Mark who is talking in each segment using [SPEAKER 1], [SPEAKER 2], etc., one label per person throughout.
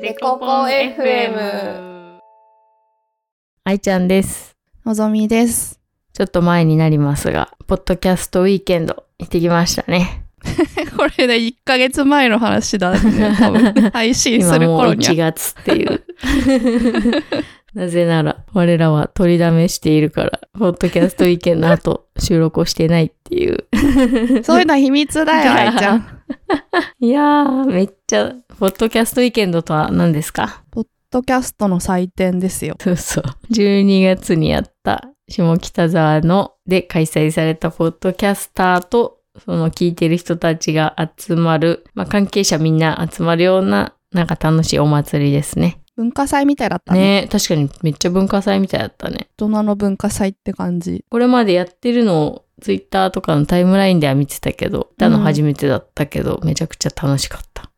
[SPEAKER 1] デコポン FM。
[SPEAKER 2] 愛ちゃんです。
[SPEAKER 3] のぞみです。
[SPEAKER 2] ちょっと前になりますが、ポッドキャストウィーケンド行ってきましたね。
[SPEAKER 3] これね、1ヶ月前の話だね。多 分配信す
[SPEAKER 2] 今
[SPEAKER 3] る
[SPEAKER 2] もう
[SPEAKER 3] 頃に
[SPEAKER 2] 1
[SPEAKER 3] は。
[SPEAKER 2] 月っていう。 なぜなら、我らは取りだめしているから、ポッドキャストウィーケンドの後、収録をしてないっていう。
[SPEAKER 3] そういうのは秘密だよ、愛ちゃん。
[SPEAKER 2] いやー、めっちゃ、ポッドキャストウィーケンドとは何ですか
[SPEAKER 3] ポッドキャストの祭典ですよ。
[SPEAKER 2] そうそう。12月にやった下北沢ので開催されたポッドキャスターと、その聞いてる人たちが集まる、まあ関係者みんな集まるような、なんか楽しいお祭りですね。
[SPEAKER 3] 文化祭みたいだったね。
[SPEAKER 2] ね確かにめっちゃ文化祭みたいだったね。
[SPEAKER 3] 大人の文化祭って感じ。
[SPEAKER 2] これまでやってるのを、ツイッターとかのタイムラインでは見てたけど、だの初めてだったけど、めちゃくちゃ楽しかった。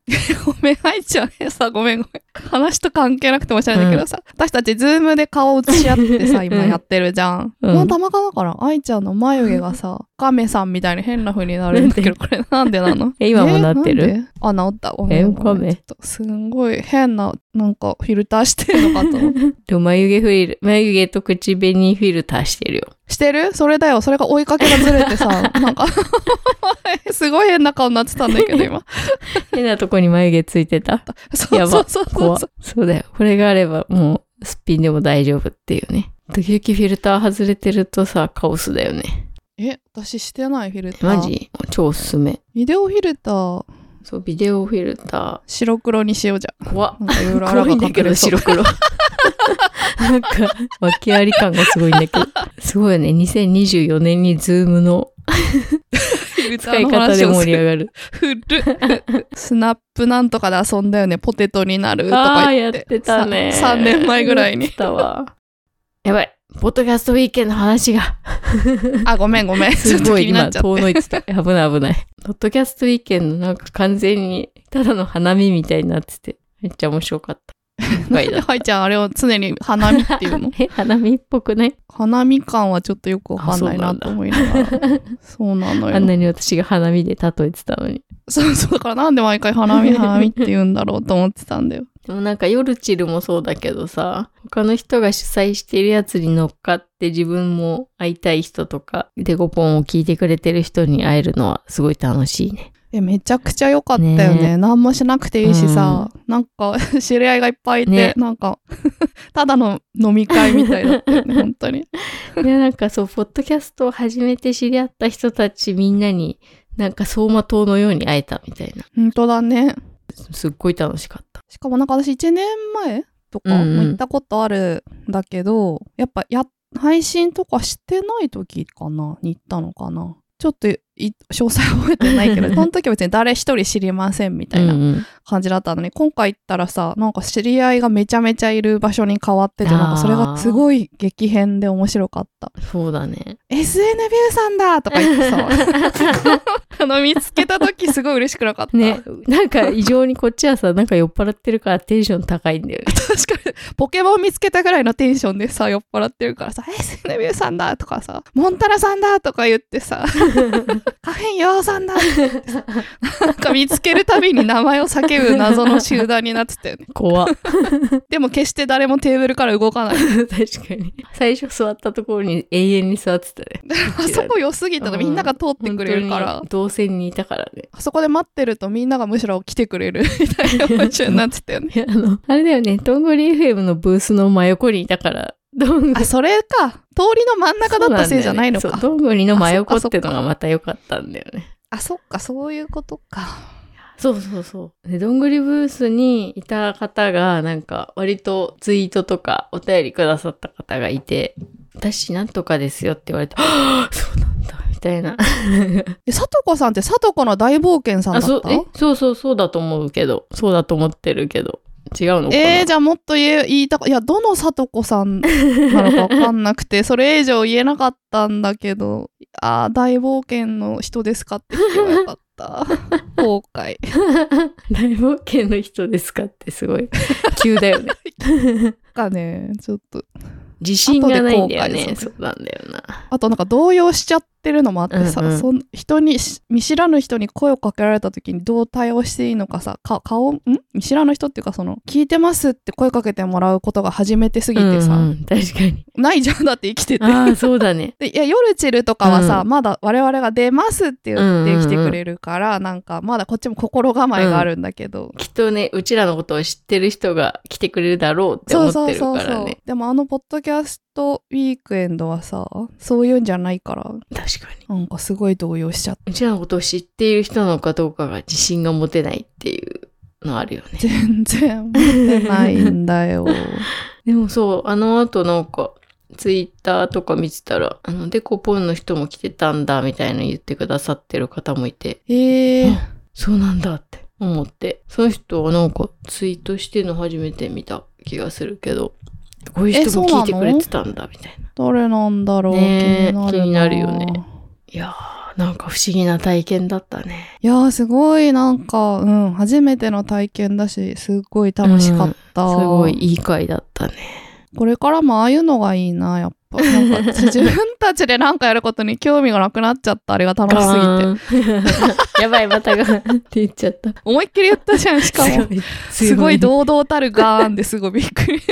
[SPEAKER 3] ごめん、愛ちゃん。さ、ごめんごめん。話と関係なくて申し訳ないけどさ、私たちズームで顔映し合ってさ、今やってるじゃん。
[SPEAKER 2] うん
[SPEAKER 3] もうたまたまかな愛ちゃんの眉毛が さ、カメさんみたいに変な風になるんだけど、これなんでなの
[SPEAKER 2] え今もなって る
[SPEAKER 3] えなんであ、治った。ごめんごめん
[SPEAKER 2] え亀
[SPEAKER 3] ちょっとすんごい変な、なんかフィルターしてるのかと思って。
[SPEAKER 2] でも眉毛フィル、眉毛と口紅フィルターしてるよ。
[SPEAKER 3] してるそれだよ。それが追いかけがずれてさ、なんか、 すごい変な顔になってたんだけど、今。
[SPEAKER 2] 変なとこに眉毛ついてた。
[SPEAKER 3] そ
[SPEAKER 2] や
[SPEAKER 3] うそ
[SPEAKER 2] ば
[SPEAKER 3] うそうそ
[SPEAKER 2] 怖
[SPEAKER 3] う
[SPEAKER 2] っ。そうだよ。これがあればもうすっぴんでも大丈夫っていうね。時々フィルター外れてるとさ、カオスだよね。
[SPEAKER 3] え、私してないフィルター。
[SPEAKER 2] マジ超おすすめ。
[SPEAKER 3] ビデオフィルター、
[SPEAKER 2] そう、ビデオフィルタ
[SPEAKER 3] 白黒にしようじゃ
[SPEAKER 2] ー。怖っ
[SPEAKER 3] ん。。なんかいろいろあら
[SPEAKER 2] 黒
[SPEAKER 3] が
[SPEAKER 2] いんだ
[SPEAKER 3] 隠
[SPEAKER 2] けど
[SPEAKER 3] れそう
[SPEAKER 2] 白。黒。 なんか、訳あり感がすごいんだけど。すごいよね。2024年にズームの
[SPEAKER 3] フィルタ
[SPEAKER 2] 使
[SPEAKER 3] ー
[SPEAKER 2] い
[SPEAKER 3] の
[SPEAKER 2] 方
[SPEAKER 3] 話
[SPEAKER 2] で
[SPEAKER 3] を
[SPEAKER 2] 盛
[SPEAKER 3] す
[SPEAKER 2] り上
[SPEAKER 3] る。
[SPEAKER 2] がる。
[SPEAKER 3] フル。スナップなんとかで遊んだよね。ポテトになると
[SPEAKER 2] あ
[SPEAKER 3] か
[SPEAKER 2] あ、
[SPEAKER 3] 言
[SPEAKER 2] や
[SPEAKER 3] っ。
[SPEAKER 2] っててたね。
[SPEAKER 3] 3年前ぐらい
[SPEAKER 2] や
[SPEAKER 3] に
[SPEAKER 2] っ。てたわ。やばい。ポッドキャストウィーケンの話が。
[SPEAKER 3] あ、ごめんごめん。ちょ
[SPEAKER 2] す
[SPEAKER 3] っと
[SPEAKER 2] ごい
[SPEAKER 3] 気にな
[SPEAKER 2] 今
[SPEAKER 3] っちゃっ
[SPEAKER 2] 遠
[SPEAKER 3] て。
[SPEAKER 2] のいてた。危ない危ない。ポッドキャスト意見のなんか完全にただの花見みたいになってて、めっちゃ面白かった。
[SPEAKER 3] なんで はいちゃんあれを常に花見っていうの
[SPEAKER 2] え、花見っぽくない
[SPEAKER 3] 花見感はちょっとよくわかんない
[SPEAKER 2] あそうな
[SPEAKER 3] なん
[SPEAKER 2] だ
[SPEAKER 3] と思いながら。そうなのよ。
[SPEAKER 2] あんなに私が花見で例えてたのに。
[SPEAKER 3] そうそう、だからなんで毎回花見花見って言うんだろうと思ってたんだ よ。
[SPEAKER 2] でもなんか夜チルもそうだけどさ、他の人が主催してるやつに乗っかって自分も会いたい人とか、デコポンを聞いてくれてる人に会えるのはすごい楽しいね。
[SPEAKER 3] え、めちゃくちゃ良かったよね。
[SPEAKER 2] ね
[SPEAKER 3] 何もしなくていいしさ、なんか知り合いがいっぱいいて、
[SPEAKER 2] ね
[SPEAKER 3] なんか、 ただの飲み会みたいだったよね、本当に。
[SPEAKER 2] いや、なんかそう、ポッドキャストを始めて知り合った人たちみんなに、なんか走馬灯のように会えたみたいな。
[SPEAKER 3] 本当だね。
[SPEAKER 2] すっごい楽しかった。
[SPEAKER 3] しかもなんか私1年前とか
[SPEAKER 2] うんうん
[SPEAKER 3] も行ったことあるんだけど、やっぱや、配信とかしてない時かなに行ったのかな。ちょっとい詳細覚えてないけ ど、その時は別に誰一人知りませんみたいな
[SPEAKER 2] うんうん
[SPEAKER 3] 感じだったのに、今回行ったらさ、なんか知り合いがめちゃめちゃいる場所に変わってて、
[SPEAKER 2] あー
[SPEAKER 3] なんかそれがすごい激変で面白かった。
[SPEAKER 2] そうだね。
[SPEAKER 3] SNBU さんだとか言って さ、 あの見つけた時すごい嬉しくなかった。
[SPEAKER 2] ね、なんか異常にこっちはさ、なんか酔っ払ってるからテンション高いんだよね。
[SPEAKER 3] 確かに、ポケモン見つけたぐらいのテンションでさ、酔っ払ってるからさ、SNBU さんだとかさ、モンタラさんだとか言って さ、カフェイン陽さんだとか言ってさなんか見つけるたびに名前を叫ぶ謎の集団になってたよね。
[SPEAKER 2] 怖っ
[SPEAKER 3] でも決して誰もテーブルから動かない。
[SPEAKER 2] 確かに。最初座ったところに永遠に座ってたね。
[SPEAKER 3] あそこ良すぎた
[SPEAKER 2] う
[SPEAKER 3] の
[SPEAKER 2] ん
[SPEAKER 3] みんなが通ってくれるから
[SPEAKER 2] 本当に動線にいたからね。
[SPEAKER 3] あそこで待ってるとみんながむしろ来てくれるみたい な感じになってたよね
[SPEAKER 2] いや、あの、あれだよね、どんぐり FM のブースの真横にいた から、どんぐ
[SPEAKER 3] あそれか通りの真ん中だったせいじゃないのか
[SPEAKER 2] そう
[SPEAKER 3] あ
[SPEAKER 2] んだ
[SPEAKER 3] そ,、
[SPEAKER 2] よねそうどんぐりの真横
[SPEAKER 3] あ
[SPEAKER 2] っ
[SPEAKER 3] そっか
[SPEAKER 2] てのがまた良かったんだよね。
[SPEAKER 3] っかそういうことか
[SPEAKER 2] そうそうそう。で、どんぐりブースにいた方が、なんか、割とツイートとかお便りくださった方がいて、私なんとかですよって言われて、はぁそうなんだ、みたいな。
[SPEAKER 3] えさとこさんってさとこの大冒険さんだ
[SPEAKER 2] あ、そ
[SPEAKER 3] っ
[SPEAKER 2] う、え
[SPEAKER 3] た、
[SPEAKER 2] そうそう、そうだと思うけど、そうだと思ってるけど、違うのかな
[SPEAKER 3] えー、じゃあもっと言え言いたかいやどのさとこさ んなのか分かんなくてそれ以上言えなかったんだけどあー大冒険の人ですかって聞けばよかった 後悔
[SPEAKER 2] 大冒険の人ですかってすごい、急だよね。
[SPEAKER 3] かねちょっと
[SPEAKER 2] 自信がないんだよ
[SPEAKER 3] 後で後
[SPEAKER 2] ね。
[SPEAKER 3] 悔す
[SPEAKER 2] そうなんだよな。
[SPEAKER 3] あとなんか動揺しちゃっってるのもあってさ、
[SPEAKER 2] うんうん
[SPEAKER 3] そん人にし見知らぬ人に声をかけられた時にどう対応していいのかさか顔ん見知らぬ人っていうかその「聞いてます」って声かけてもらうことが初めてすぎてさ、
[SPEAKER 2] うんうん確かに。
[SPEAKER 3] ないじゃんだって生きてて。
[SPEAKER 2] ああ、そうだね。
[SPEAKER 3] でいや夜チルとかはさ、
[SPEAKER 2] う
[SPEAKER 3] まだ我々が出ますって言ってきてくれるから、なんかまだこっちも心構えがあるんだけど、
[SPEAKER 2] きっとね、うちらのことを知ってる人が来てくれるだろうって思ってるからね。
[SPEAKER 3] でもあのポッドキャストウィークエンドはさそういうんじゃないから
[SPEAKER 2] 確かに。
[SPEAKER 3] なんかすごい動揺しちゃって
[SPEAKER 2] うちらのことを知っている人なのかどうかが自信が持てないっていうのあるよね。
[SPEAKER 3] 全然持ってないんだよ
[SPEAKER 2] でもそう、あの後なんか、ツイッターとか見てたら、あの、デコポンの人も来てたんだみたいな言ってくださってる方もいて、
[SPEAKER 3] えー、
[SPEAKER 2] そうなんだって思って、その人はなんかツイートしてるの初めて見た気がするけど、こういう
[SPEAKER 3] え
[SPEAKER 2] 人
[SPEAKER 3] そう
[SPEAKER 2] も
[SPEAKER 3] なの
[SPEAKER 2] 聞いてくれてたんだみたいな。
[SPEAKER 3] 誰なんだろう、気に
[SPEAKER 2] ねえ
[SPEAKER 3] なる
[SPEAKER 2] 気になるよねいやー、なんか不思議な体験だったね。
[SPEAKER 3] いやーすごいなんかうん初めての体験だしすっごい楽しかった、
[SPEAKER 2] すごいいい回だったね。
[SPEAKER 3] これからもああいうのがいいなやっぱなん か自分たちでなんかやることに興味がなくなっちゃったあれが楽しすぎて
[SPEAKER 2] て。やばい、またがーンって言っちゃ った。
[SPEAKER 3] 思いっきり言ったじゃんしかもすごい
[SPEAKER 2] ど
[SPEAKER 3] 堂々たるガーンですごいびっ くり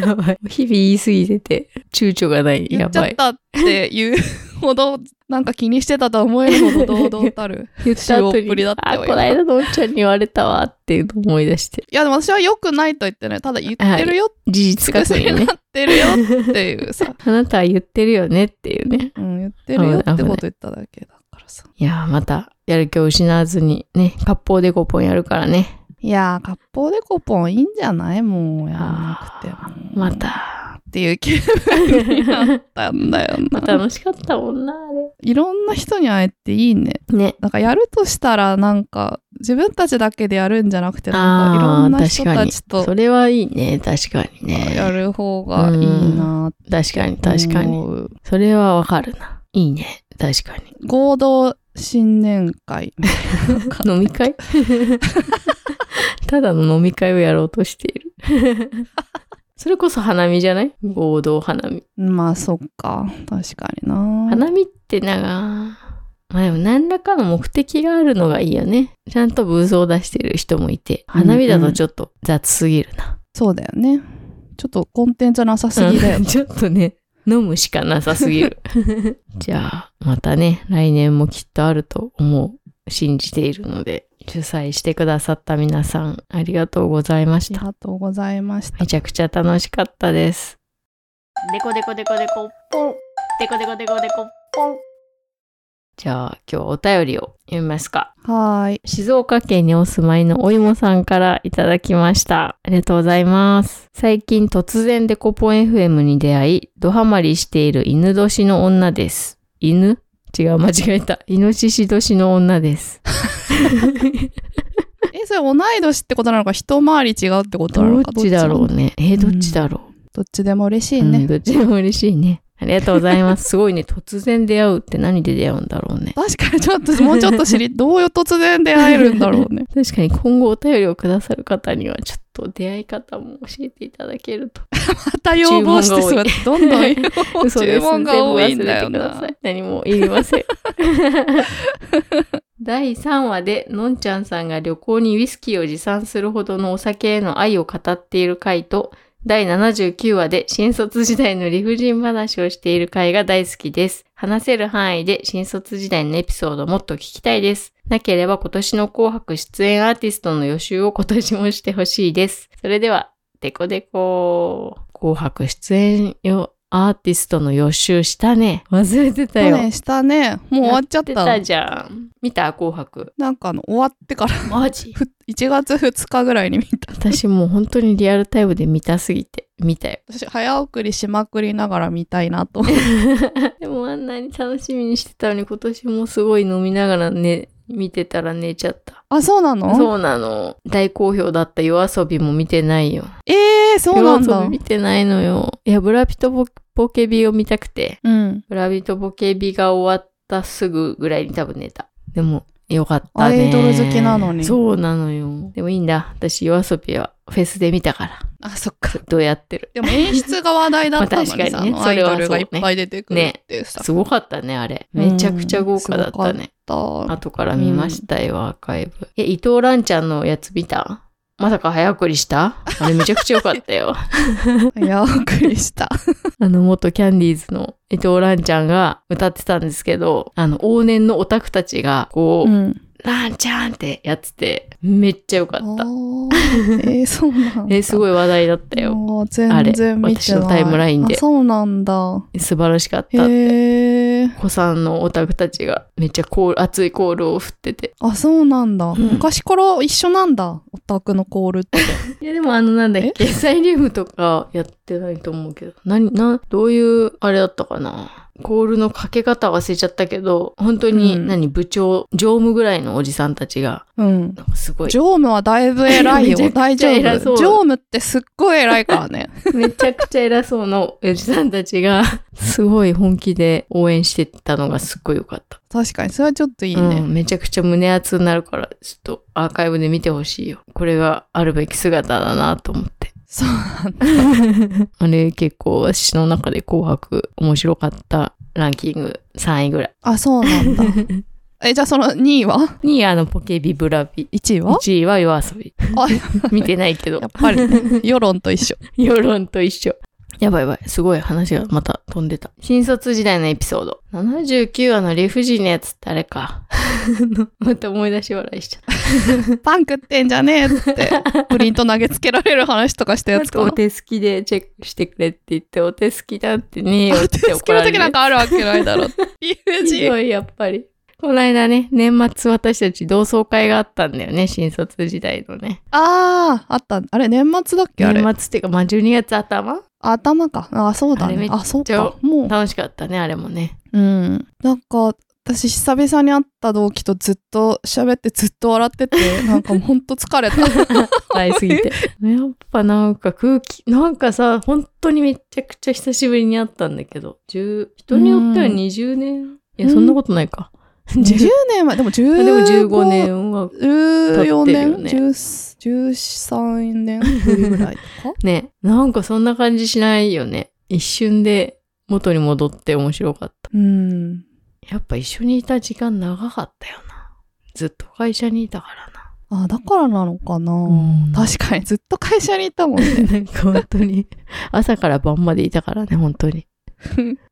[SPEAKER 2] やばい。 日々言い過ぎてて、躊躇がない。
[SPEAKER 3] 言
[SPEAKER 2] や
[SPEAKER 3] っちゃ
[SPEAKER 2] ば
[SPEAKER 3] っ
[SPEAKER 2] い。
[SPEAKER 3] たっていうほどなんか気にしてたとは思えるほど堂々たる
[SPEAKER 2] 言った後
[SPEAKER 3] 塩っぷり
[SPEAKER 2] に、
[SPEAKER 3] だ
[SPEAKER 2] あ
[SPEAKER 3] ったよ、
[SPEAKER 2] こないだのおっちゃんに言われたわっていうのを思い出して、
[SPEAKER 3] いやでも私は良くないと言ってないただ言ってるよ
[SPEAKER 2] 事実確
[SPEAKER 3] 癖
[SPEAKER 2] 認
[SPEAKER 3] に
[SPEAKER 2] ね
[SPEAKER 3] な。ってるよっていうさ、
[SPEAKER 2] あなたは言ってるよねっていうね。
[SPEAKER 3] うん、言ってるよってこと言っただけだからさ
[SPEAKER 2] いやー、また、やる気を失わずに、ね、割烹で5本やるからね。
[SPEAKER 3] いやー割烹でコポンいいんじゃないもうやらなくても
[SPEAKER 2] また。
[SPEAKER 3] っていう気分になったんだ よな、
[SPEAKER 2] 楽しかったもんな、あれ。
[SPEAKER 3] いろんな人に会えていいね
[SPEAKER 2] ね。
[SPEAKER 3] なんかやるとしたらなんか自分たちだけでやるんじゃなくてなんかいろ
[SPEAKER 2] あ
[SPEAKER 3] ん
[SPEAKER 2] あ
[SPEAKER 3] な
[SPEAKER 2] ー、
[SPEAKER 3] 人
[SPEAKER 2] 確か
[SPEAKER 3] た
[SPEAKER 2] に。
[SPEAKER 3] ちと
[SPEAKER 2] それはいいね。確かに
[SPEAKER 3] や
[SPEAKER 2] ね。
[SPEAKER 3] る方がいいなって
[SPEAKER 2] 確かに、確かに。
[SPEAKER 3] 思う
[SPEAKER 2] それはわかるな。いいね。確かに。
[SPEAKER 3] 合同新年会
[SPEAKER 2] 飲み会ただの飲み会をやろうとしている。それこそ花見じゃない合同花見。
[SPEAKER 3] まあそっか確かにな
[SPEAKER 2] 花見ってなんか、まあでも何らかの目的があるのがいいよね。ちゃんとブースを出してる人もいて、花見だとちょっと雑すぎるな。
[SPEAKER 3] そうだよねちょっとコンテンツなさすぎだよ
[SPEAKER 2] ちょっとね、飲むしかなさすぎ る。じゃあ、またね、来年もきっとあると思う。信じているので、主催してくださった皆さん、ありがとうございまし
[SPEAKER 3] あり
[SPEAKER 2] た。
[SPEAKER 3] がとうございました
[SPEAKER 2] めちゃくちゃ楽しかったです。
[SPEAKER 1] デコデコデコデコポン。デコデコデコデコポン。
[SPEAKER 2] じゃあ今日お便りを読みますか。
[SPEAKER 3] はーい
[SPEAKER 2] 静岡県にお住まいのおいもさんからいただきました。ありがとうございます。最近突然デコポン FM に出会い、ドハマりしている犬年の女です。犬違う、間違えた。イノシシ年の女です。
[SPEAKER 3] えそれ同い年ってことなのか一回り違うってことな
[SPEAKER 2] ど
[SPEAKER 3] の
[SPEAKER 2] っ
[SPEAKER 3] か
[SPEAKER 2] ちだろ
[SPEAKER 3] どっ
[SPEAKER 2] う
[SPEAKER 3] ち
[SPEAKER 2] ね。えー、どっちだろう。
[SPEAKER 3] どっちでも嬉しい
[SPEAKER 2] うん
[SPEAKER 3] ね、
[SPEAKER 2] どっちでも嬉しいね。ありがとうございます。すごいね。突然出会うって何で出会うんだろうね。
[SPEAKER 3] 確かにちょっともうちょっと知 りどういう突然出会えるんだろうね
[SPEAKER 2] 確かに今後お便りをくださる方にはちょっと出会い方も教えていただけると
[SPEAKER 3] また要望してすごいどんどん要 望
[SPEAKER 2] 嘘で
[SPEAKER 3] 注
[SPEAKER 2] す
[SPEAKER 3] 文が多いんだよ
[SPEAKER 2] 全部
[SPEAKER 3] な
[SPEAKER 2] 忘れてください何も言い ません第3話でのんちゃんさんが旅行にウイスキーを持参するほどのお酒への愛を語っている回と第79話で新卒時代の理不尽話をしている回が大好きです。話せる範囲で新卒時代のエピソードもっと聞きたいです。なければ今年の紅白出演アーティストの予習を今年もしてほしいです。それでは、デコデコ。紅白出演よアーティストの予習したね。忘れてた
[SPEAKER 3] 去
[SPEAKER 2] よ。
[SPEAKER 3] 年したねもう終わっちゃっ
[SPEAKER 2] 出
[SPEAKER 3] た
[SPEAKER 2] たじゃん。見た紅白。
[SPEAKER 3] なんかあの終わってから
[SPEAKER 2] マジ
[SPEAKER 3] ふ1月2日ぐらいに見た
[SPEAKER 2] 私もう本当にリアルタイムで見たすぎて、見たよ。
[SPEAKER 3] 私早送りしまくりながら見たいなと思って
[SPEAKER 2] でもあんなに楽しみにしてたのに今年もすごい飲みながらね、見てたら寝ちゃった。
[SPEAKER 3] あそうなの
[SPEAKER 2] そうなの。大好評だった夜遊びも見てないよ。
[SPEAKER 3] えー、そうなん
[SPEAKER 2] 夜
[SPEAKER 3] だ
[SPEAKER 2] 遊び見てないのよ。いや、ブラピとボボケビを見たくて、
[SPEAKER 3] うん
[SPEAKER 2] ブラピとボケビが終わったすぐぐらいに多分寝た。でも、よかった
[SPEAKER 3] ア
[SPEAKER 2] ね。
[SPEAKER 3] イドル好きなのに
[SPEAKER 2] そうなのよ。でもいいんだ。私夜遊びはフェスで見たから。
[SPEAKER 3] あ、そっか。
[SPEAKER 2] どうやってる
[SPEAKER 3] でも演出が話題だったのに
[SPEAKER 2] まあ確
[SPEAKER 3] さ、
[SPEAKER 2] かにね
[SPEAKER 3] あのアイドルがいっ
[SPEAKER 2] それはそうね
[SPEAKER 3] ぱい出てくるってさ、
[SPEAKER 2] すごかったね、あれ。めちゃくちゃ豪華だったね。
[SPEAKER 3] と
[SPEAKER 2] 後から見ましたよ、アーカイブ。え、伊藤蘭ちゃんのやつ見たまさか早送りしたあれめちゃくちゃ良かったよ。
[SPEAKER 3] 早送りした。
[SPEAKER 2] あの、元キャンディーズの伊藤蘭ちゃんが歌ってたんですけど、あの、往年のオタクたちが、こう、
[SPEAKER 3] ん。
[SPEAKER 2] ランちゃんってやってて、めっちゃ良かった。
[SPEAKER 3] おー えー、そうなんだ。
[SPEAKER 2] え、すごい話題だったよ。
[SPEAKER 3] もう全然見て
[SPEAKER 2] あれ私
[SPEAKER 3] ない。
[SPEAKER 2] のタイムラインで
[SPEAKER 3] あそうなんだ。
[SPEAKER 2] 素晴らしかっ
[SPEAKER 3] へ
[SPEAKER 2] た。
[SPEAKER 3] え。
[SPEAKER 2] 子さんのオタクたちがめっちゃコール、熱いコールを振ってて。
[SPEAKER 3] あ、そうなんだ。
[SPEAKER 2] うん
[SPEAKER 3] 昔から一緒なんだ。オタクのコールって。
[SPEAKER 2] いや、でもあの、なんだっけ、サイリウムとかやってないと思うけど、何、な、どういう、あれだったかな。コールのかけ方忘れちゃったけど、本当に、
[SPEAKER 3] うん
[SPEAKER 2] 何、部長、常務ぐらいのおじさんたちが、
[SPEAKER 3] うん。
[SPEAKER 2] なんかすごい、
[SPEAKER 3] 常務はだいぶ偉い
[SPEAKER 2] めちゃ
[SPEAKER 3] よ。
[SPEAKER 2] くちゃ
[SPEAKER 3] 大丈
[SPEAKER 2] 偉そ
[SPEAKER 3] 夫。
[SPEAKER 2] う
[SPEAKER 3] 常務ってすっごい偉いからね。
[SPEAKER 2] めちゃくちゃ偉そうなおじさんたちが、すごい本気で応援してたのがすっごい良かった。
[SPEAKER 3] 確かに、それはちょっといいね。
[SPEAKER 2] うん、めちゃくちゃ胸熱になるから、ちょっとアーカイブで見てほしいよ。これがあるべき姿だなと思って。
[SPEAKER 3] そうなんだ。
[SPEAKER 2] あれ結構私の中で紅白面白かったランキング3位ぐらい。
[SPEAKER 3] あ、そう なんだ。え、じゃあその2位は
[SPEAKER 2] にあのポケビブラビ。
[SPEAKER 3] ?1 位は
[SPEAKER 2] 1位は夜遊 び。
[SPEAKER 3] あ、
[SPEAKER 2] 見てないけど
[SPEAKER 3] やっ、ぱり、ね、世論と一 緒。
[SPEAKER 2] 世論と一緒。やばいやばい。すごい話がまた飛んでた。新卒時代のエピソード。79話の理不尽なやつってあれか。 また思い出し笑いしちゃった。
[SPEAKER 3] パン食ってんじゃねえっつって、プリント投げつけられる話とかしたやつか
[SPEAKER 2] お
[SPEAKER 3] な。
[SPEAKER 2] 手すきでチェックしてくれって言って、お手すきだってねえよっ
[SPEAKER 3] お手
[SPEAKER 2] て
[SPEAKER 3] つ
[SPEAKER 2] 怒
[SPEAKER 3] けの
[SPEAKER 2] ら
[SPEAKER 3] 時
[SPEAKER 2] れる。
[SPEAKER 3] なんかあるわけないだろ。 理不
[SPEAKER 2] ひ
[SPEAKER 3] 尽。
[SPEAKER 2] どい、やっぱり。この間ね、年末私たち同窓会があったんだよね、新卒時代のね。
[SPEAKER 3] ああ、あった。あれ、年末だっけあれ。
[SPEAKER 2] 年末っていうか、まあ、12月頭
[SPEAKER 3] 頭か。あ、そうだ
[SPEAKER 2] あれ
[SPEAKER 3] ね
[SPEAKER 2] めっ。ちゃ
[SPEAKER 3] あ、そうか。もう。
[SPEAKER 2] 楽しかったね、あれもね。
[SPEAKER 3] うん。なんか、私、久々に会った同期とずっと喋って、ずっと笑って て、なんかもうほんと疲れた。
[SPEAKER 2] 会い すぎて。やっぱなんか空気、なんかさ、本当にめちゃくちゃ久しぶりに会ったんだけど、10人によっては
[SPEAKER 3] うん
[SPEAKER 2] 20年いや、そんなことない か。
[SPEAKER 3] 10
[SPEAKER 2] 10
[SPEAKER 3] 年前、でも
[SPEAKER 2] で
[SPEAKER 3] 15
[SPEAKER 2] も15。年は、
[SPEAKER 3] 14
[SPEAKER 2] 経
[SPEAKER 3] 年、
[SPEAKER 2] ってる
[SPEAKER 3] 10 13年ぶりぐらいとか
[SPEAKER 2] ね、なんかそんな感じしないよね。一瞬で元に戻って面白かった。
[SPEAKER 3] うん。
[SPEAKER 2] やっぱ一緒にいた時間長かったよな。ずっと会社にいたからな。
[SPEAKER 3] あ、だからなのかな、
[SPEAKER 2] うん
[SPEAKER 3] 確かに、ずっと会社にいたもんね。
[SPEAKER 2] なんか本当に、朝から晩までいたからね、本 当に。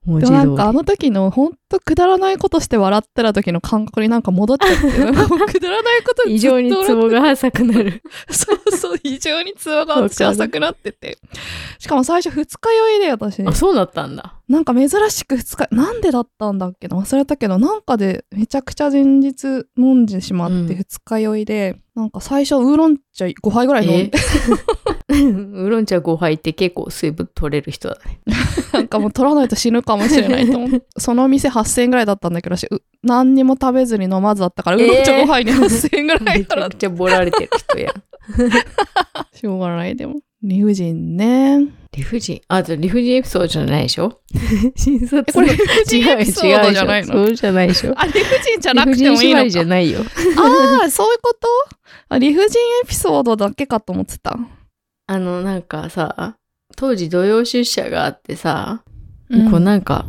[SPEAKER 2] 文
[SPEAKER 3] で
[SPEAKER 2] 字
[SPEAKER 3] も
[SPEAKER 2] 通
[SPEAKER 3] なんかあ
[SPEAKER 2] り。
[SPEAKER 3] の時のほんとくだらないことして笑ってた時の感覚になんか戻っちゃって、なんかもうくだらないこと
[SPEAKER 2] 異
[SPEAKER 3] ずっと
[SPEAKER 2] 常に
[SPEAKER 3] 笑っ
[SPEAKER 2] ツボが浅くなる。
[SPEAKER 3] そうそう、異常に通話が私浅くなってて。しかも最初二日酔いで私、
[SPEAKER 2] あ、そうだったんだ。
[SPEAKER 3] なんか珍しく二日、なんでだったんだっけな忘れたけど、なんかでめちゃくちゃ前日飲んでしまっ
[SPEAKER 2] う
[SPEAKER 3] て
[SPEAKER 2] ん
[SPEAKER 3] 二日酔いで、なんか最初ウーロン茶5杯ぐらい飲んで、
[SPEAKER 2] えウー ロン茶5杯って結構水分取れる人だね。
[SPEAKER 3] なんかもう取らないと死ぬかもしれないと思 って、その店8000円ぐらいだったんだけど、私、う何にも食べずに飲まずだったから、ウーロン茶5杯に8000円ぐらい
[SPEAKER 2] めち
[SPEAKER 3] から
[SPEAKER 2] ゃくちゃボラれてる人や。
[SPEAKER 3] しょうがない、でも。理不尽ね。
[SPEAKER 2] 理不尽。あ、じゃあ理不尽エピソードじゃないで しょ新卒
[SPEAKER 3] え、
[SPEAKER 2] の
[SPEAKER 3] これ理不尽エピソードじゃない
[SPEAKER 2] 違う
[SPEAKER 3] の
[SPEAKER 2] 違うそうじゃないでしょ
[SPEAKER 3] あ、理不尽じゃ
[SPEAKER 2] 理
[SPEAKER 3] な
[SPEAKER 2] 不
[SPEAKER 3] くても
[SPEAKER 2] 尽
[SPEAKER 3] いい
[SPEAKER 2] 縛
[SPEAKER 3] の
[SPEAKER 2] りじゃ
[SPEAKER 3] か。
[SPEAKER 2] ないよ。
[SPEAKER 3] ああ、そういうことあ理不尽エピソードだけかと思ってた。
[SPEAKER 2] あの、なんかさ、当時土曜出社があってさ、
[SPEAKER 3] うん
[SPEAKER 2] こうなんか、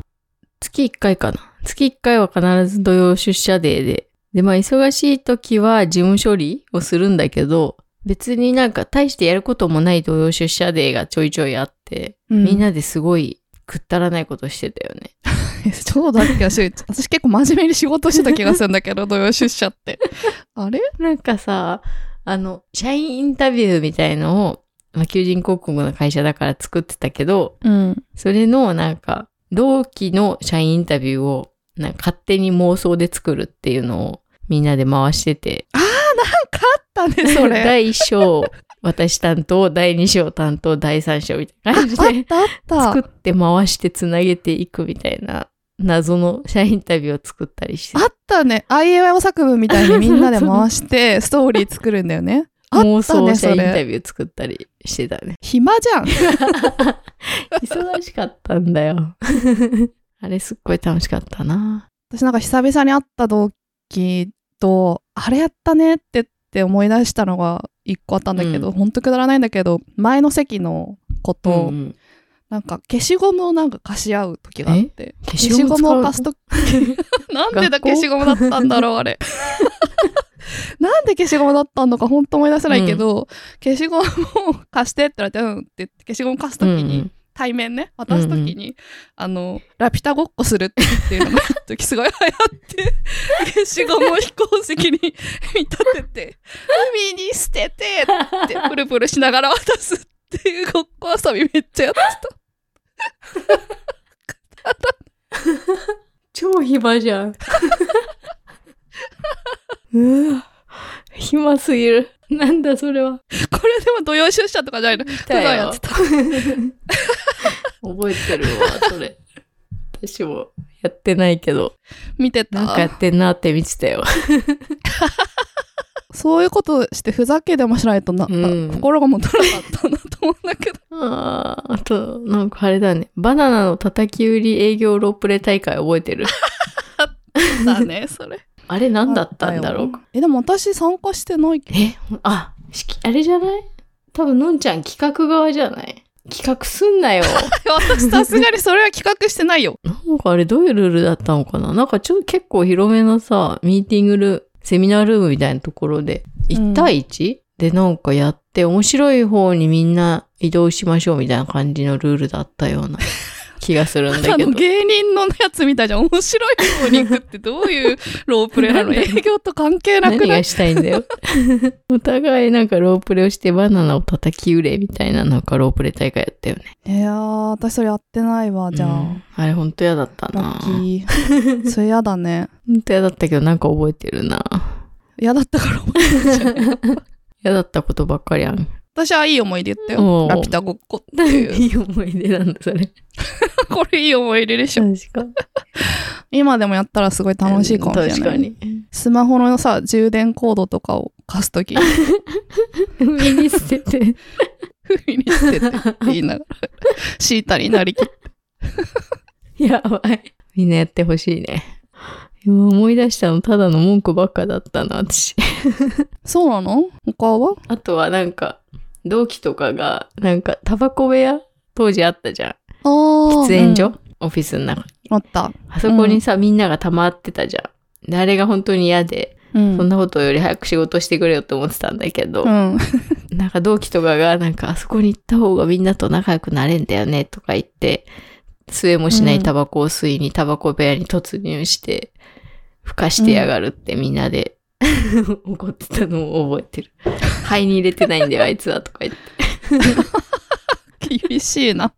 [SPEAKER 2] 月1回かな。月1回は必ず土曜出社デーで。で、まあ忙しい時は事務処理をするんだけど、別になんか大してやることもない土曜出社デーがちょいちょいあって、
[SPEAKER 3] うん
[SPEAKER 2] みんなですごいくったらないことしてたよね。
[SPEAKER 3] え そうだっけ私私結構真面目に仕事してた気がするんだけど、土曜出社って。あれ
[SPEAKER 2] なんかさ、あの、社員インタビューみたいのを、まあ求人広告の会社だから作ってたけど、
[SPEAKER 3] うん。
[SPEAKER 2] それのなんか、同期の社員インタビューを、なんか勝手に妄想で作るっていうのをみんなで回してて、
[SPEAKER 3] だね、それ。
[SPEAKER 2] 第1章、私担当、第2章担当、第3章みたいな感じ
[SPEAKER 3] あっ
[SPEAKER 2] で、
[SPEAKER 3] たあった。
[SPEAKER 2] 作って回してつなげていくみたいな、謎の社員インタビューを作ったりして
[SPEAKER 3] あ、ったね。IAO 作文みたいにみんなで回 して、ストーリー作るんだよ ね。あ
[SPEAKER 2] 妄
[SPEAKER 3] った
[SPEAKER 2] 想
[SPEAKER 3] ね、
[SPEAKER 2] 社
[SPEAKER 3] そ
[SPEAKER 2] 員インタ
[SPEAKER 3] れ。
[SPEAKER 2] ビュー作ったりしてたね。
[SPEAKER 3] 暇じゃん。
[SPEAKER 2] 忙しかったんだよ。 あれすっごい楽しかったな。
[SPEAKER 3] 私なんか久々に会った同期と、あれやったねってって思い出したのが、一個あったんだけど、ほんとくだらないんだけど、前の席の子と、
[SPEAKER 2] うん
[SPEAKER 3] なんか消しゴムをなんか貸し合う時があって、
[SPEAKER 2] 消
[SPEAKER 3] 消しゴムを貸す
[SPEAKER 2] と
[SPEAKER 3] と なんでだ消しゴムだったんだろう、あれ。なんで消しゴムだったのか本当思い出せないけど、消しゴムを貸してって言われて、うんって言って消しゴム貸すときに、対面ね、渡すときに、あの、ラピュタごっこするっていうのが、時すごい流行 って、消しゴムを飛行石に見立てて、海に捨ててって、プルプルしながら渡すっていうごっこ遊びめっちゃやってた。
[SPEAKER 2] 超暇じゃん。うわ暇すぎる。なんだそれは。
[SPEAKER 3] これでも土曜出社とかじゃないの普段やってた。
[SPEAKER 2] 覚えてるわ、それ。私もやってないけど、
[SPEAKER 3] 見て
[SPEAKER 2] なんかや
[SPEAKER 3] た。
[SPEAKER 2] ってんなって見てたよ。
[SPEAKER 3] そういうことしてふざけでもしないとな、
[SPEAKER 2] うん
[SPEAKER 3] 心がもたなかったなと思うんだけ ど。
[SPEAKER 2] あーあと、なんかあれだね。バナナの叩き売り営業ロープレ大会覚えてる。
[SPEAKER 3] だね、それ。
[SPEAKER 2] あれ何だったんだろう
[SPEAKER 3] あったよえ、でも私参加してない けど。
[SPEAKER 2] え、あ、しきあれじゃない多分、のんちゃん企画側じゃない企画すんなよ。
[SPEAKER 3] 私さすがにそれは企画してないよ。
[SPEAKER 2] なんかあれどういうルールだったのかななんかちょ、結構広めのさ、ミーティングルーム、セミナールームみたいなところで、1対 1?、で、なんかやって、面白い方にみんな移動しましょうみたいな感じのルールだったような 気がするん だ
[SPEAKER 3] あ
[SPEAKER 2] け
[SPEAKER 3] の
[SPEAKER 2] ど。
[SPEAKER 3] 芸人のやつみたいじゃん。面白い方に行くってどういうロープレなの
[SPEAKER 2] なんだ
[SPEAKER 3] 営業と関係なく
[SPEAKER 2] 何
[SPEAKER 3] ない
[SPEAKER 2] がしたいんだよ。 お互いなんかロープレをしてバナナを叩き売れみたいななんかロープレ大会やったよね。
[SPEAKER 3] いやー、私それやってないわ、じゃ
[SPEAKER 2] う
[SPEAKER 3] あ
[SPEAKER 2] ん。あれほんと嫌だった
[SPEAKER 3] ラ
[SPEAKER 2] な。ほ
[SPEAKER 3] ッキー。それやだね。
[SPEAKER 2] んと嫌だったけどなんか覚えてるな。
[SPEAKER 3] 嫌だったから。
[SPEAKER 2] 嫌だったことばっかりやん。
[SPEAKER 3] 私はいい思い出言った
[SPEAKER 2] お
[SPEAKER 3] よ。
[SPEAKER 2] う
[SPEAKER 3] ラピュタごっこ っていう。
[SPEAKER 2] いい思い出なんだそれ。
[SPEAKER 3] これいい思い出でしょ。
[SPEAKER 2] 確か。
[SPEAKER 3] 今でもやったらすごい楽しいかもしれない。
[SPEAKER 2] 確か。に。
[SPEAKER 3] スマホのさ、充電コードとかを貸すとき、
[SPEAKER 2] 海に捨て て。
[SPEAKER 3] 海に捨ててって言いながら、シータになりきって。
[SPEAKER 2] やばい。みんなやってほしいね。今思い出したのただの文句ばっかだったな私。
[SPEAKER 3] そうなの他は
[SPEAKER 2] あとはなんか、同期とかが、なんか、タバコ部屋当時あったじゃん。
[SPEAKER 3] あー
[SPEAKER 2] 喫煙所、オフィスの中。
[SPEAKER 3] うんあった。
[SPEAKER 2] あそこにさ、みんなが溜まってたじゃん。であれが本当に嫌で、
[SPEAKER 3] うん
[SPEAKER 2] そんなことより早く仕事してくれよって思ってたんだけど、
[SPEAKER 3] うん。
[SPEAKER 2] なんか同期とかが、なんか、あそこに行った方がみんなと仲良くなれんだよね、とか言って、吸えもしないタバコを吸いにタバコ部屋に突入して、ふかしてやがるってみんなで、 怒ってたのを覚えてる。肺に入れてないんだよ、あいつは、とか言って。
[SPEAKER 3] 厳しいな。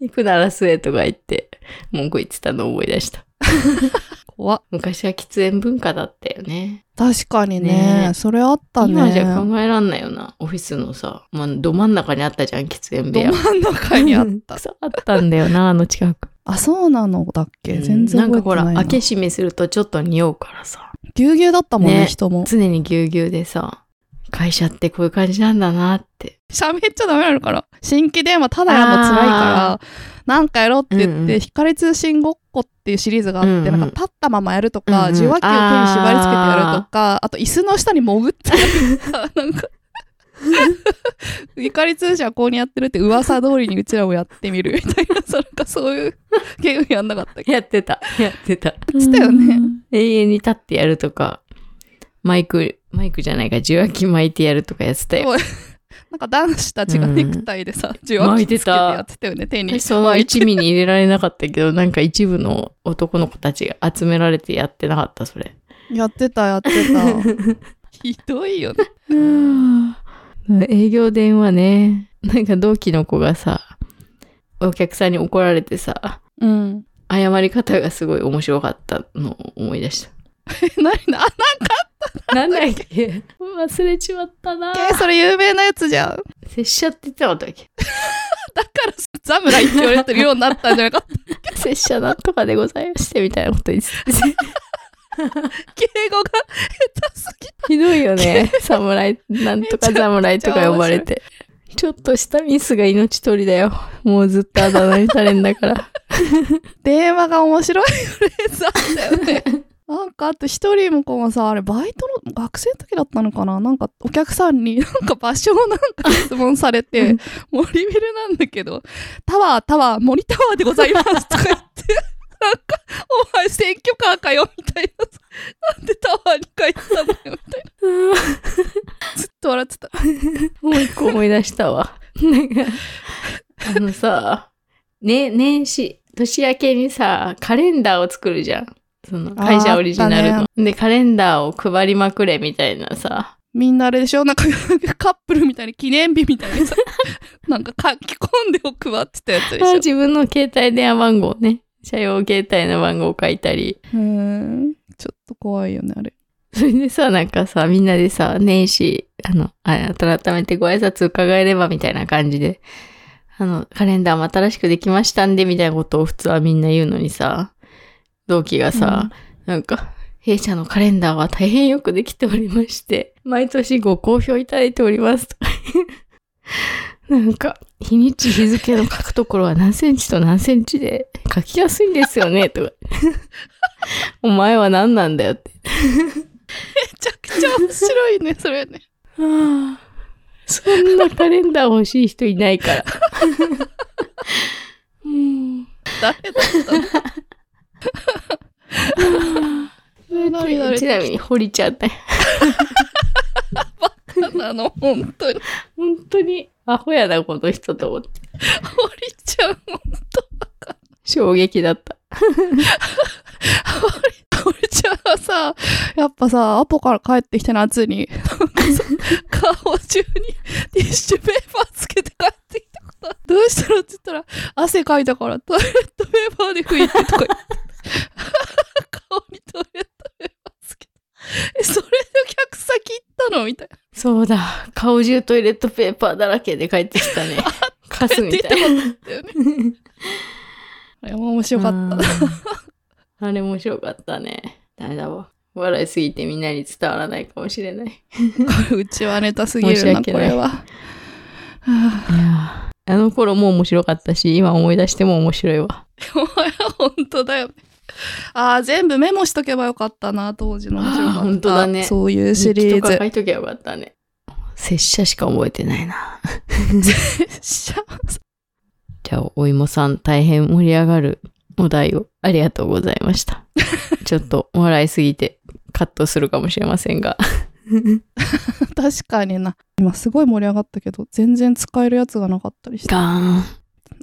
[SPEAKER 2] 行くなら吸えとか言って、文句言ってたのを思い出した。
[SPEAKER 3] 怖っ
[SPEAKER 2] 昔は喫煙文化だったよね。
[SPEAKER 3] 確かにね
[SPEAKER 2] ねえ
[SPEAKER 3] それあったね。
[SPEAKER 2] 今じゃ考えらんないよな。オフィスのさ、まあ、ど真ん中にあったじゃん、喫煙部
[SPEAKER 3] ど
[SPEAKER 2] 屋。
[SPEAKER 3] 真ん中にあった。
[SPEAKER 2] そうあったんだよな、あの近く。
[SPEAKER 3] あ、そうなのだっけ全然
[SPEAKER 2] うんな
[SPEAKER 3] 覚えて
[SPEAKER 2] んかほら
[SPEAKER 3] ない、な。
[SPEAKER 2] 開け閉めするとちょっと匂うからさ。
[SPEAKER 3] ぎゅうぎゅうだったもんね、
[SPEAKER 2] ね
[SPEAKER 3] 人も。
[SPEAKER 2] 常にぎゅうぎゅうでさ、会社ってこういう感じなんだなって。
[SPEAKER 3] 喋っちゃダメなのかな新規電話ただやんの辛いから、なんかやろうって言って、
[SPEAKER 2] うんうん
[SPEAKER 3] 光通信ごっこっていうシリーズがあって、
[SPEAKER 2] うんうん
[SPEAKER 3] なんか立ったままやるとか、
[SPEAKER 2] うんうん
[SPEAKER 3] 受話器を手に縛り付けてやるとか、あと椅子の下に潜ってやるとか、なんか。光通信はこうにやってるって噂通りにうちらもやってみるみたいな、そうなんかそういうゲームやんなかったっけ
[SPEAKER 2] やっ てた。やってた。
[SPEAKER 3] したよね
[SPEAKER 2] うん。永遠に立ってやるとか、マイク、マイクじゃないか、受話器巻いてやるとかやってたよ。
[SPEAKER 3] なんか男子たちが
[SPEAKER 2] うん
[SPEAKER 3] ネクタイでさ、受話器つけてやってたよね、手に。
[SPEAKER 2] その一味に入れられなかったけど、なんか一部の男の子たちが集められてやってなかった、それ。
[SPEAKER 3] やってた、やってた。ひどいよね。
[SPEAKER 2] 営業電話ね。なんか同期の子がさ、お客さんに怒られてさ、
[SPEAKER 3] うん。
[SPEAKER 2] 謝り方がすごい面白かったのを思い出し
[SPEAKER 3] 何なあ
[SPEAKER 2] た。なんだっけ忘れちまった
[SPEAKER 3] な
[SPEAKER 2] な
[SPEAKER 3] んだっけそれ有名なやつじゃん。
[SPEAKER 2] 拙者って言ってなかったっけ
[SPEAKER 3] ザムライって言われてるようになったんじゃなかった。
[SPEAKER 2] 拙者なんとかでございましてみたいなこと言ってた。
[SPEAKER 3] 敬語が下手すぎ
[SPEAKER 2] ひどいよね。 侍、なんとか侍とか呼ばれて。ちょっとしたミスが命取りだよ。もうずっとあだ名にされんだから。
[SPEAKER 3] 電話が面白いフレーズあったよね。なんかあと一人もこもさあれバイトの学生の時だったのかななんかお客さんになんか場所をなんか質問され
[SPEAKER 2] う
[SPEAKER 3] て
[SPEAKER 2] ん
[SPEAKER 3] 「森ビルなんだけどタワータワー森タワーでございます」 とか言ってなんか「お前選挙カーかよ」みたいななんでタワーに書いてたんだよみたいな ずっと笑ってた
[SPEAKER 2] もう一個思い出したわ。なんか、あのさ、ね、年始、年明けにさ、カレンダーを作るじゃん。その会社オリジナル
[SPEAKER 3] あーあ
[SPEAKER 2] の。で、カレンダーを配りまくれみたいなさ。
[SPEAKER 3] みんなあれでしょなんかカップルみたいに記念日みた いにさなんか書き込んでを配ってたやつでし
[SPEAKER 2] あ
[SPEAKER 3] ょ
[SPEAKER 2] 自分の携帯電話番号ね。社用携帯の番号を書いたり。
[SPEAKER 3] うーんちょっと怖いよねあれ
[SPEAKER 2] それでさ、なんかさ、みんなでさ、年始、あの、あ改めてご挨拶伺えればみたいな感じで、あの、カレンダーも新しくできましたんで、みたいなことを普通はみんな言うのにさ、同期がさ、なんか、弊社のカレンダーは大変よくできておりまして、毎年ご好評いただいております。とかなんか、日にち日付の書くところは何センチと何センチで書きやすいんですよね、とか。お前は何なんだよって。
[SPEAKER 3] めちゃくちゃ面白いね、それね。
[SPEAKER 2] はあそんなカレンダー欲しい人いないから。うん。
[SPEAKER 3] 誰だ ったの誰誰
[SPEAKER 2] ちなみに、堀ちゃんね。
[SPEAKER 3] なの本当に。
[SPEAKER 2] 本当に、アホやな、この人と思って。
[SPEAKER 3] 堀ちゃん、本
[SPEAKER 2] 衝撃だった。
[SPEAKER 3] 当堀ちゃんはさ、やっぱさ、アポから帰ってきて夏に、なんかさ顔中にティッシュペーパーつけて帰ってきたことどうしたのって言ったら、汗かいたからトイレットペーパーで拭いてとか言って。顔にトイレットペーパーつけて。え、それでお客先行ったのみたいな。
[SPEAKER 2] そうだ。顔中トイレットペーパーだらけで帰ってきた ね。カスみたいな。
[SPEAKER 3] だよね。あれも面白かった。
[SPEAKER 2] た。あれ面白かったね。ダメだわ。笑いすぎてみんなに伝わらないかもしれない。
[SPEAKER 3] うちはネタすぎ
[SPEAKER 2] 申
[SPEAKER 3] る
[SPEAKER 2] し
[SPEAKER 3] な、
[SPEAKER 2] 訳
[SPEAKER 3] こ
[SPEAKER 2] ない
[SPEAKER 3] れは。はあ
[SPEAKER 2] いやーあの頃も面白かったし、今思い出しても面白いわ。
[SPEAKER 3] お前は本当だよね。ああ、全部メモしとけばよかったな、当時の面白かった。
[SPEAKER 2] あー本当だね
[SPEAKER 3] そういうシリ
[SPEAKER 2] 日記とか書
[SPEAKER 3] ー
[SPEAKER 2] いときゃよかったね。拙者しか覚えてないな。
[SPEAKER 3] ズ。
[SPEAKER 2] じゃあ、お芋さん、大変盛り上がるお題をありがとうございま した。ちょっと笑いすぎてカットするかもしれませんが。
[SPEAKER 3] 確かにな。今すごい盛り上がったけど、全然使えるやつがなかったり して。
[SPEAKER 2] ガーン。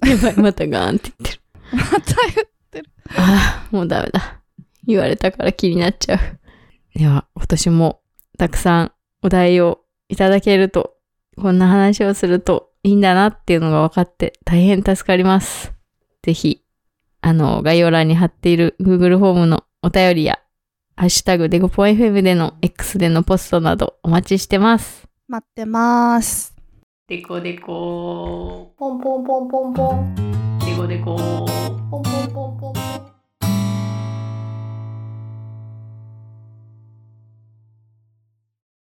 [SPEAKER 2] やばい、またガーンって言ってる。
[SPEAKER 3] また言う
[SPEAKER 2] あ あ、もうダメだ。言われたから気になっちゃう。では、今年もたくさんお題をいただけると、こんな話をするといいんだなっていうのが分かって大変助かります。ぜひ、あの、概要欄に貼っている Google フォームのお便りや、ハッシュタグデコポン FM での X でのポストなどお待ちしてます。
[SPEAKER 3] 待ってます。
[SPEAKER 1] デコデコポンポンポンポンポンデコデコ